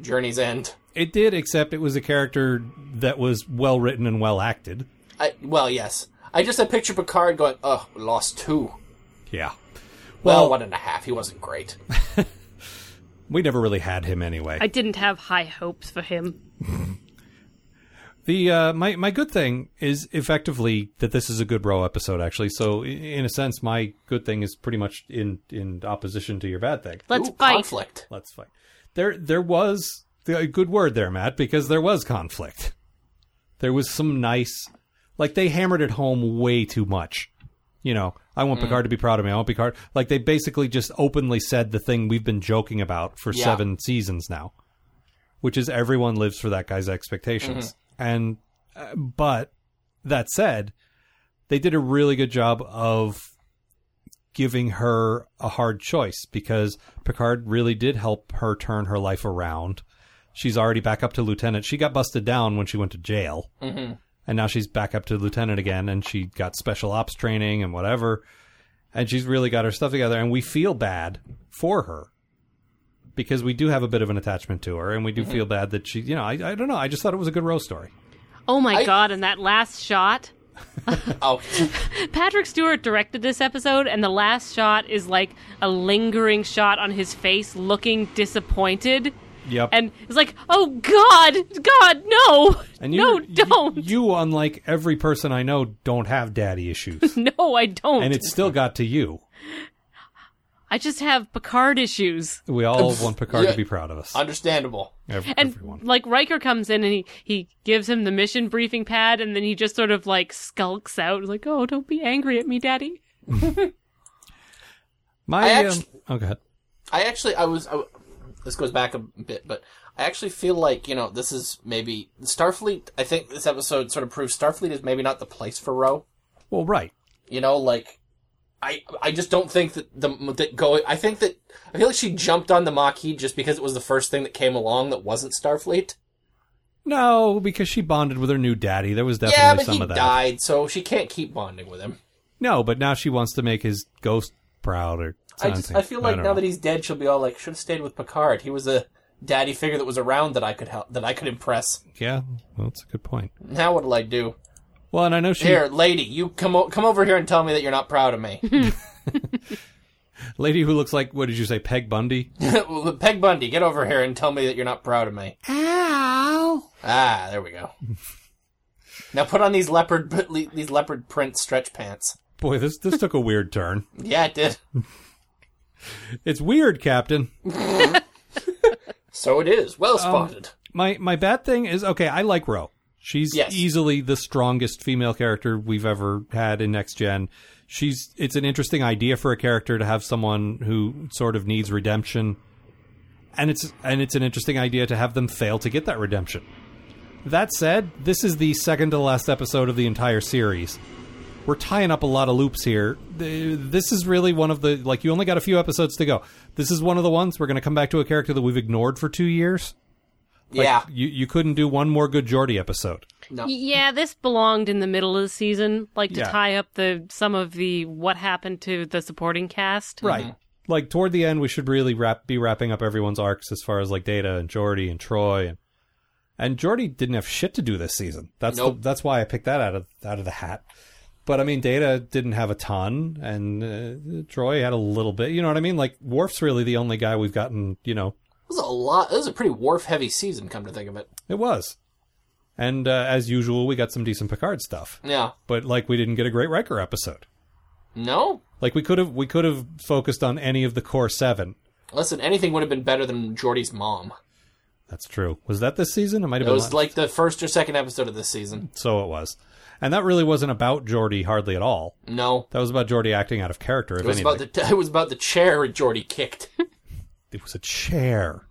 Journey's End.
It did, except it was a character that was well written and well acted.
I, well, yes. I just I picture Picard going, "Oh, we lost two.
Yeah.
Well,
Well-
one and a half. He wasn't great."
We never really had him anyway.
I didn't have high hopes for him.
the uh, my my good thing is effectively that this is a good row episode actually. So i- in a sense, my good thing is pretty much in in opposition to your bad thing.
Let's
Ooh,
fight.
conflict.
Let's fight. There there was a good word there, Matt, because there was conflict. There was some nice, like they hammered it home way too much. You know, I want Picard to be proud of me. I want Picard. Like they basically just openly said the thing we've been joking about for
Yeah.
seven seasons now, which is everyone lives for that guy's expectations. And uh, but that said, they did a really good job of giving her a hard choice because Picard really did help her turn her life around. She's already back up to lieutenant. She got busted down when she went to jail. Mm-hmm. And now she's back up to lieutenant again and she got special ops training and whatever. And she's really got her stuff together and we feel bad for her because we do have a bit of an attachment to her and we do
Mm-hmm.
feel bad that she, you know, I, I don't know. I just thought it was a good rose story.
Oh my
I-
god, and that last shot.
Oh, [laughs]
Patrick Stewart directed this episode, and the last shot is like a lingering shot on his face looking disappointed.
Yep.
And it's like, oh God, God, no,
And you,
no,
you-
don't,
You, unlike every person I know, don't have daddy
[laughs]
issues,
no, I don't.
and it still got to you.
I just have Picard issues.
We all want Picard
Yeah.
to be proud of us.
understandable.
Ev-
And
everyone.
like Riker comes in and he he gives him the mission briefing pad, and then he just sort of like skulks out, like, oh, don't be angry at me, Daddy.
My
I
um,
actu-
oh god,
I actually, I was. I, this goes back a bit, but I actually feel like you know this is maybe Starfleet. I think this episode sort of proves Starfleet is maybe not the place for Roe.
well, right.
You know, like I, I just don't think that the that go. I think that I feel like she jumped on the Maquis just because it was the first thing that came along that wasn't Starfleet.
No, because she bonded with her new daddy. There was definitely
yeah, but
some
he
of that.
died, so she can't keep bonding with him.
No, but now she wants to make his ghost proud, or
I
something.
just I feel like
don't
now
know.
that he's dead, she'll be all like, should have stayed with Picard. He was a daddy figure that was around that I could help, that I could impress.
yeah, well, that's a good point.
Now what'll I do?
Well, and I know she
Here, lady, you come o- come over here and tell me that you're not proud
[laughs]
of me. [laughs]
lady who looks like what did you say, Peg Bundy?
Peg Bundy, get over here and tell me that you're not proud of me.
Ow!
Ah, there we go. now put on these leopard le- these leopard print stretch pants.
Boy, this this took a weird turn.
Yeah, it did.
It's weird, Captain. Um,
So it is. Well spotted.
my my bad thing is okay. I like Ro. She's
Yes.
easily the strongest female character we've ever had in Next Gen. She's it's an interesting idea for a character to have someone who sort of needs redemption, and it's and it's an interesting idea to have them fail to get that redemption. That said, this is the second to last episode of the entire series. We're tying up a lot of loops here. Th- This is really one of the like you only got a few episodes to go. This is one of the ones we're going to come back to a character that we've ignored for two years. Like,
yeah.
You you couldn't do one more good Geordie episode.
No.
Yeah, this belonged in the middle of the season, like to
Yeah.
tie up the some of the what happened to the supporting cast.
Right.
Mm-hmm.
Like toward the end we should really wrap be wrapping up everyone's arcs as far as like Data and Geordie and Troy and and Geordie didn't have shit to do this season. That's the-
Nope.
that's why I picked that out of out of the hat. But I mean Data didn't have a ton and uh, Troy had a little bit. You know what I mean? Like Worf's really the only guy we've gotten, you know,
It was a lot. It was a pretty wharf heavy season, come to think of it.
it was. And uh, as usual, we got some decent Picard stuff,
Yeah.
but like we didn't get a great Riker episode.
No?
Like we could have we could have focused on any of the core seven.
Listen, anything would have been better than Jordy's mom.
That's true. Was that this season? It might have
It
been
was
last-
like the first or second episode of this season.
so it was. And that really wasn't about Jordy hardly at all.
No.
That was about Jordy acting out of character. If
It was
anything,
about the [laughs] it was about the chair Jordy kicked.
it was a chair.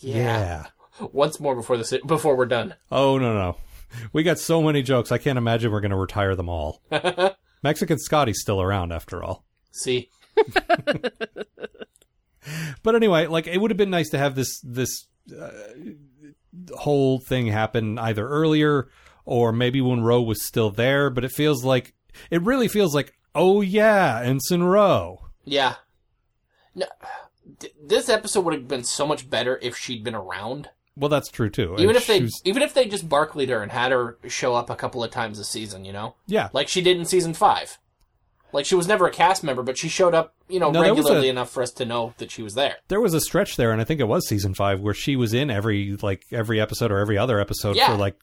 yeah.
Once more before this before we're done.
Oh no no, we got so many jokes. I can't imagine we're going to retire them
[laughs]
all. Mexican Scotty's still around after all.
See.
but anyway, like it would have been nice to have this this uh, whole thing happen either earlier or maybe when Roe was still there. But it feels like it really feels like oh yeah, Ensign Roe.
Yeah. No, th- this episode would have been so much better if she'd been around.
Well, that's true too.
Even
And
if they
she was-
even if they just Barclayed her and had her show up a couple of times a season, you know?
yeah,
Like she did in season 5. Like she was never a cast member, but she showed up, you know,
No, there was
regularly
a-
enough for us to know that she was there.
there was a stretch there, and I think it was season five where she was in every like every episode or every other episode
Yeah.
for like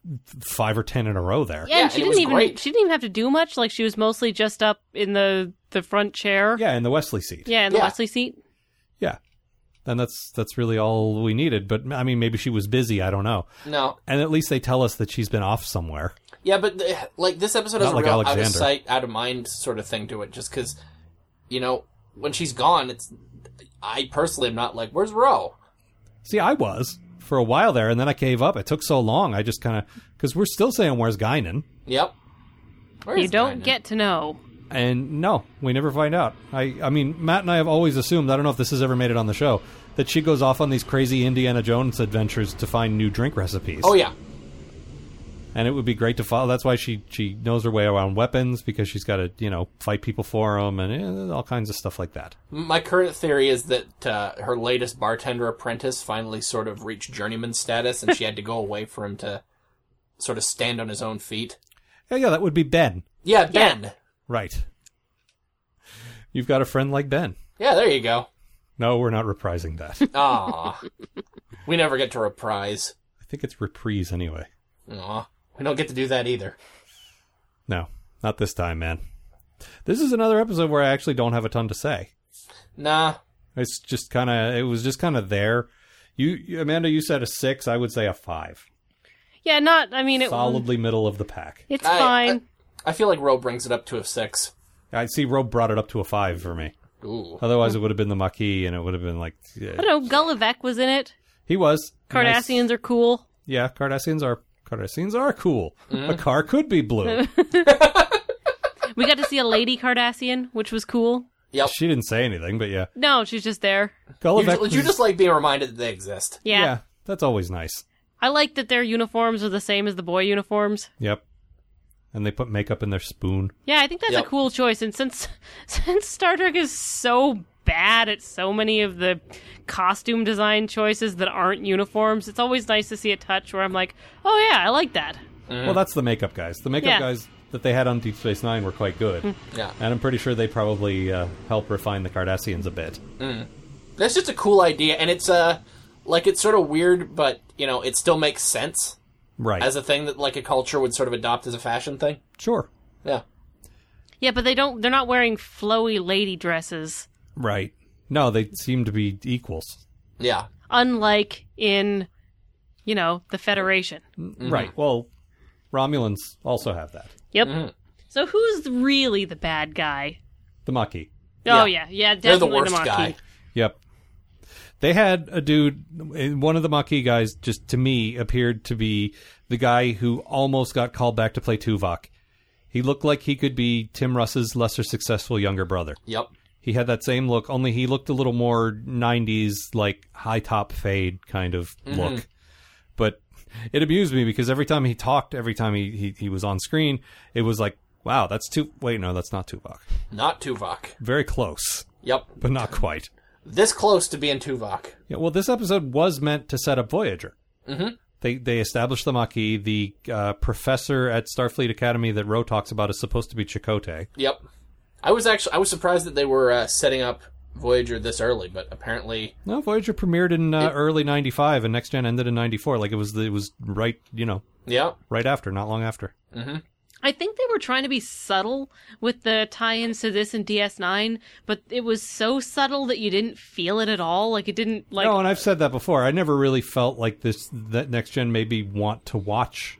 five or ten in a row. There,
Yeah,
Yeah,
and she
and it was
didn't even
great.
she didn't even have to do much. Like she was mostly just up in the the front chair.
yeah, in the Wesley seat.
Yeah, in the
Yeah.
Wesley seat.
yeah. And that's that's really all we needed. But I mean, maybe she was busy. I don't know.
No.
And at least they tell us that she's been off somewhere.
Yeah, but the, like this episode has
Not
a
like
real out of
Alexander.
sight, out of mind sort of thing to it, just because, you know, when she's gone, it's. I personally am not like, where's Ro?
See, I was for a while there, and then I gave up. It took so long. I just kind of because we're still saying where's Guinan,
Yep. Where
You
is
don't
Guinan?
get to know.
and no, we never find out. I, I mean, Matt and I have always assumed. I don't know if this has ever made it on the show that she goes off on these crazy Indiana Jones adventures to find new drink recipes.
Oh yeah,
and it would be great to follow. That's why she she knows her way around weapons because she's got to you know fight people for them and eh, all kinds of stuff like that.
my current theory is that uh, her latest bartender apprentice finally sort of reached journeyman status, and she had to go away for him to sort of stand on his own feet.
Yeah, yeah, that would be Ben,
Yeah, Ben.
right? You've got a friend like Ben.
Yeah, there you go.
No, we're not reprising
[laughs]
that.
Ah, we never get to reprise.
I think it's reprise anyway.
Aw, we don't get to do that either.
No, not this time, man. This is another episode where I actually don't have a ton to say.
Nah,
It's just kind of it was just kind of there. You, you Amanda, you said a six. I would say a five,
Yeah, not. I mean, it.
solidly middle of the pack.
It's
I-
fine.
I feel like Ro brings it up to a six.
I see. Rob brought it up to a five for me.
Ooh.
Otherwise, it would have been the Maquis, and it would have been like yeah.
I don't know. Gullivec was in it.
he was. Nice-
Cardassians are cool.
Yeah, Cardassians are Cardassians are cool.
Mm-hmm.
A car could be
[laughs]
blue.
We got to see a lady Cardassian, which was cool.
Yep.
she didn't say anything, but yeah,
No, she's just there.
You,
Gullivec.
ju- you
was-
just like being reminded that they exist.
Yeah.
yeah, that's always nice.
I like that their uniforms are the same as the boy uniforms.
Yep. And they put makeup in their spoon.
Yeah, I think that's
Yep.
a cool choice. And since [laughs] since Star Trek is so bad at so many of the costume design choices that aren't uniforms, it's always nice to see a touch where I'm like, oh yeah, I like that.
Hmm.
Well, that's the makeup guys. The makeup
Yeah.
guys that they had on Deep Space Nine were quite good, and
Yeah.
I'm pretty sure they probably uh, help refine the Cardassians a bit.
That's just a cool idea, and it's uh, like it's sort of weird, but you know, it still makes sense
Right.
as a thing that like a culture would sort of adopt as a fashion thing.
sure.
Yeah.
Yeah, but they don't. They're not wearing flowy lady dresses,
Right. No, they seem to be equals.
Yeah.
unlike in you know, the Federation.
Mm-hmm.
Right. Well, Romulans also have that.
Yep.
Mm.
So who's really the bad guy?
The Maquis.
Oh yeah,
Yeah.
yeah, definitely
They're the worst
Maquis.
guy.
Yep. They had a dude, and one of the Maquis guys, just to me, appeared to be the guy who almost got called back to play Tuvok. He looked like he could be Tim Russ's lesser successful younger brother.
Yep.
He had that same look, only he looked a little more 90s, like high top fade kind of look. But it amused me because every time he talked, every time he, he, he was on screen, it was like, wow, that's too. Wait, no, that's not Tuvok.
Not Tuvok.
Very close,
Yep.
but not quite.
This close to being Tuvok.
Yeah, well, this episode was meant to set up Voyager. Mm-hmm. They they established the Maquis. The uh, professor at Starfleet Academy that Roe talks about is supposed to be Chakotay.
Yep. I was actually I was surprised that they were uh, setting up Voyager this early, but apparently
No, Voyager premiered in uh, early '95, and Next Gen ended in '94. Like it was it was right you know
yeah.
right after, not long after.
I think they were trying to be subtle with the tie-ins to this and DS9, but it was so subtle that you didn't feel it at all. Like it didn't like
no, and I've said that before. I never really felt like this that Next Gen made me want to watch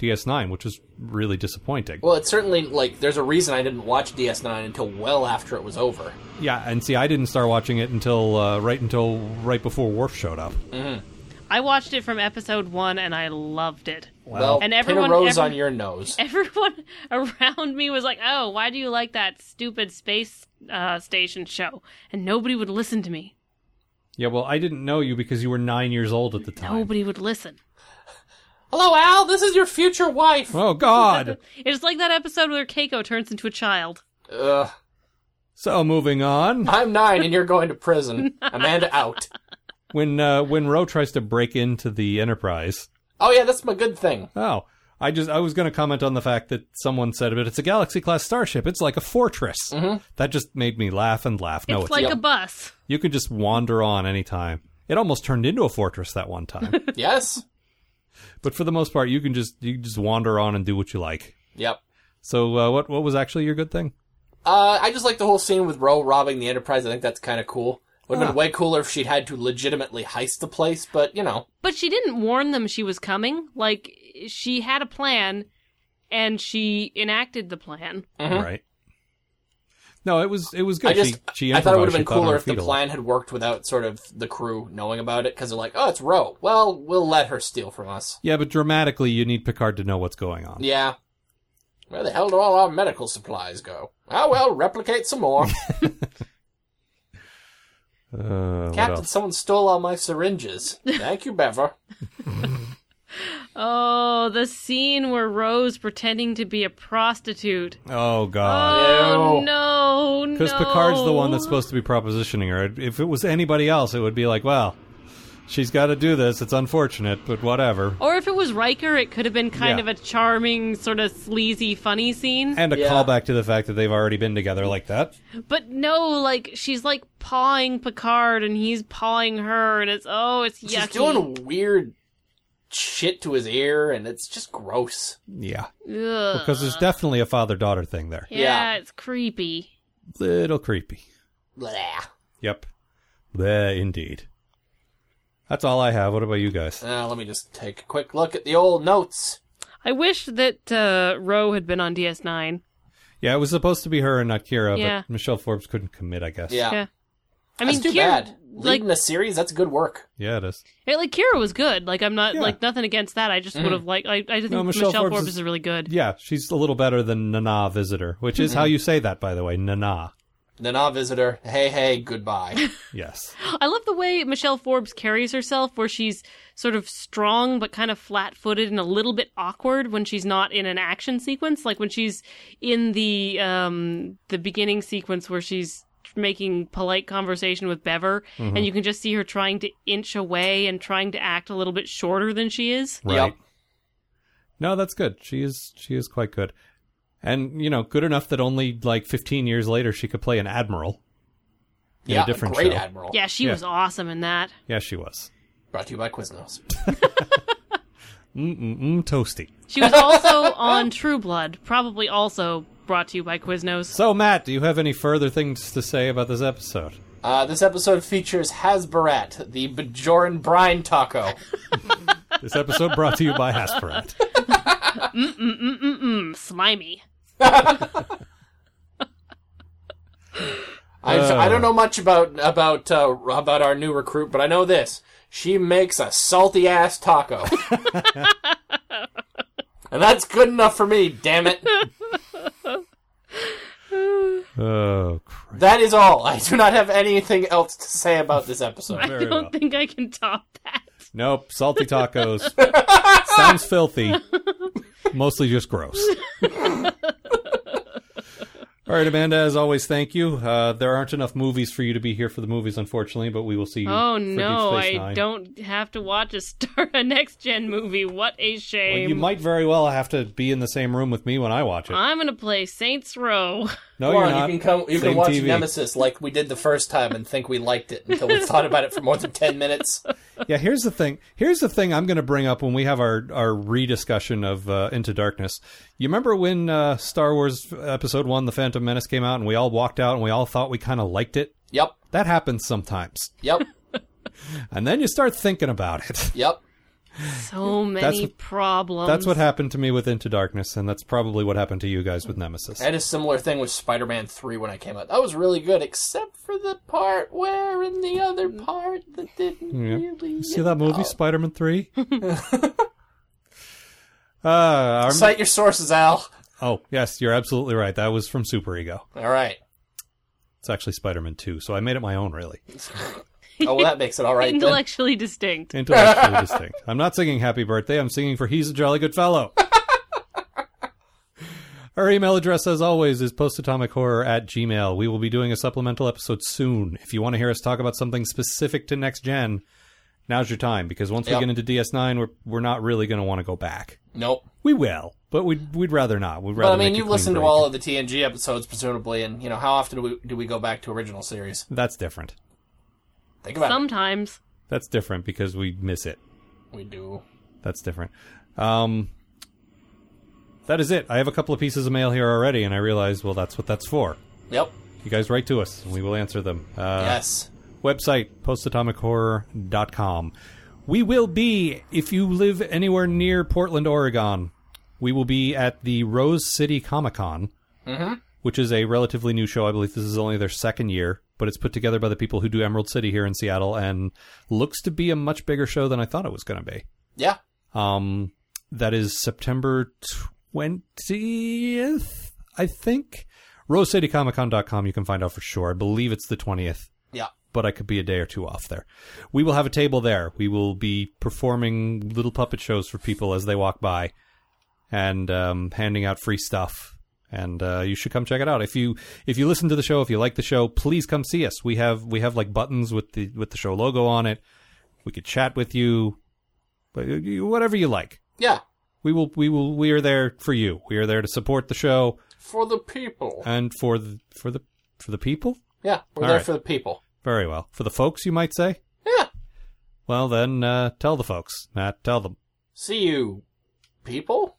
DS9, which was really disappointing.
Well, it's certainly like there's a reason I didn't watch DS9 until well after it was over.
yeah, and see, I didn't start watching it until uh, right until right before Worf showed up.
Mm. I watched it from episode 1 and I loved it.
Well,
And
pin
everyone-
a rose
every-
on your nose.
Everyone [laughs] around me was like, "Oh, why do you like that stupid space uh, station show?" And nobody would listen to me.
Yeah, well, I didn't know you because you were nine years old at the time.
Nobody would listen.
Hello, Al. This is your future wife.
Oh God!
It's like that episode where Keiko turns into a child.
Ugh.
so moving on,
I'm nine, and you're going
[laughs]
to prison. Amanda out.
when uh, when Ro tries to break into the Enterprise,
Oh yeah, that's my good thing.
oh, I just I was going to comment on the fact that someone said of it. It's a galaxy class starship. It's like a fortress. That just made me laugh and laugh. no,
Mm-hmm. it's
it's
like
yep.
a bus.
you can just wander on anytime. It almost turned into a fortress that one
[laughs]
time,
Yes.
but for the most part, you can just you can just wander on and do what you like.
Yep.
So uh, what what was actually your good thing?
Uh, I just like the whole scene with Ro robbing the Enterprise. I think that's kind of cool. Would
Ah.
have been way cooler if she'd had to legitimately heist the place, but you know,
But she didn't warn them she was coming. Like she had a plan and she enacted the plan.
Right. No, it was it was good.
Mm-hmm. I just
she, she
I thought it would
improvised. She
have been
thought on
cooler
her
if the
feet a lot.
plan had worked without sort of the crew knowing about it because they're like, oh, it's Ro. Well, we'll let her steal from us.
Yeah, but dramatically, you need Picard to know what's going on.
Yeah. Where the hell do all our medical supplies go? Oh well, replicate
[laughs]
some more.
Uh, what
Captain,
else?
someone stole all my syringes. Thank you, Bever.
Oh, the scene where Rose pretending to be a prostitute.
Oh God.
Oh
Ew.
no, no.
Because Picard's the one that's supposed to be propositioning her. If it was anybody else, it would be like, well, she's got to do this. It's unfortunate, but
Oh,
whatever.
Or if it was Riker, it could have been kind
Yeah.
of a charming, sort of sleazy, funny scene.
And a
Yeah.
callback to the fact that they've already been together like that.
But no, like she's like pawing Picard, and he's pawing her, and it's oh, it's yucky.
She's doing weird shit to his ear, and it's just gross.
Yeah,
Ugh.
because there's definitely a father-daughter thing there.
yeah,
Yeah.
it's creepy.
Little creepy.
Blah.
Yep. There, indeed. That's all I have. What about you guys?
Uh, let me just take a quick look at the old notes.
I wish that uh, Roe had been on DS9.
Yeah, it was supposed to be her and not Kira,
Yeah.
but Michelle Forbes couldn't commit. I guess.
Yeah.
Yeah. I
That's
mean,
too
Kira,
bad.
like,
Leading a series, that's good work.
Yeah, it is.
yeah, like Kira was good. Like I'm not
Yeah.
like nothing against that. I
Mm.
just would have like I, I think
No, Michelle
Michelle,
Forbes
Forbes,
is-
is, really good.
Yeah, she's a little better than Nana Visitor, which
Mm-hmm.
is how you say that, by the way. Nana.
The non ah, visitor, hey, hey,
[laughs]
goodbye.
Yes.
[gasps] I love the way Michelle Forbes carries herself, where she's sort of strong but kind of flat footed and a little bit awkward when she's not in an action sequence. Like when she's in the um the beginning sequence where she's making polite conversation with Bever
Mm-hmm.
and you can just see her trying to inch away and trying to act a little bit shorter than she is.
Right. No, that's good. She is she is quite good. And, you know, good enough that only like 15 years later she could play an admiral. in
yeah,
a different
great
show.
admiral.
Yeah, she
Yeah.
was awesome in that.
Yeah, she was.
Brought to you by Quiznos.
Mm-mm-mm, toasty.
She was
[laughs]
also on True Blood, probably also brought to you by Quiznos.
So, Matt, do you have any further things to say about this episode? [laughs]
Uh, this episode features Hasbarat, the Bajoran brine taco.
This episode brought to you by
[laughs]
Hasperat.
Mm, Slimy.
I, I
Uh.
don't know much about about uh, about our new recruit, but I know this: she makes a salty ass
[laughs]
taco, and that's good enough for me.
[laughs]
Damn it!
Oh, Christ.
That is all. I do not have anything else to say about this episode.
[laughs] I
Very
don't
well.
think I can top that.
Nope, salty tacos. [laughs] Sounds filthy. Mostly just
[laughs]
gross. All right, Amanda, as always, thank you. Uh, there aren't enough movies for you to be here for the movies, unfortunately, but we will see you.
Oh
for Deep
no,
Space
I
Nine.
don't have to watch a star [laughs] a next gen movie. What a
Well,
shame.
you might very well have to be in the same room with me when I watch it.
I'm gonna play Saints Row. [laughs]
No,
Come
Oh, you're
on,
not.
you can come. You
Same
can watch
TV.
Nemesis like we did the first time and think we liked it until we [laughs] thought about it for more than ten minutes.
Yeah, here's the thing. Here's the thing I'm going to bring up when we have our our rediscussion of uh, Into Darkness. You remember when uh, Star Wars Episode One: The Phantom Menace came out, and we all walked out, and we all thought we kind of liked it.
Yep,
That happens sometimes,
yep,
and then you start thinking about it. [laughs]
yep.
So many
what-
problems.
That's what happened to me with Into Darkness, and that's probably what happened to you guys with Nemesis.
I had a similar thing with Spider-Man Three when I came out. That was really good, except for the part where in the other part that didn't
Yeah.
really.
You see that movie, Spider Man Three? uh, our-
Cite your sources, Al.
oh yes, you're absolutely right. That was from Super Ego.
All right.
It's actually Spider Man Two, so I made it my own, really.
Oh, well, that makes it
[laughs]
all right. then.
Intellectually
[laughs]
distinct.
intellectually distinct. I'm not singing happy birthday. I'm singing for he's a jolly good
[laughs]
fellow. Our email address, as always, is postatomichorror at gmail. We will be doing a supplemental episode soon. If you want to hear us talk about something specific to next gen, now's your time because once
Yep.
we get into DS9, we're, we're not really going to want to go back.
Nope.
We will, but we'd, we'd rather not. We'd rather
But I mean,
make a
you
clean
listened to
break.
all of the TNG episodes, presumably, and you know how often do we do we go back to original series?
That's different.
Think about
Sometimes.
That's different because we miss it.
it. We do.
That's different. Um, that is it. I have a couple of pieces of mail here already, and I realize, well, that's what that's for.
Yep.
You guys write to us, and we will answer them. Uh,
yes.
Website, postatomichorror.com. We will be, if you live anywhere near Portland, Oregon, we will be at the Rose City Comic Con, which is a relatively new show. I believe this is only their second year, but it's put together by the people who do Emerald City here in Seattle and looks to be a much bigger show than I thought it was going to be.
Yeah.
Um, that is September 20th, I think. RoseCityComicCon.com, you can find out for sure. I believe it's the 20th,
Yeah.
but I could be a day or two off there. We will have a table there. We will be performing little puppet shows for people as they walk by and um, handing out free stuff. And uh, you should come check it out. If you if you listen to the show, if you like the show, please come see us. We have we have like buttons with the with the show logo on it. We could chat with you, but you- whatever you like.
Yeah.
We will we will we are there for you. We are there to support the show
For the people.
and for the for the for the people.
Yeah. We're
Uh, all
there
right.
for the people.
Very well. For the folks, you might say.
Yeah.
Well, then uh, tell the folks, Matt. Tell them.
See you, people.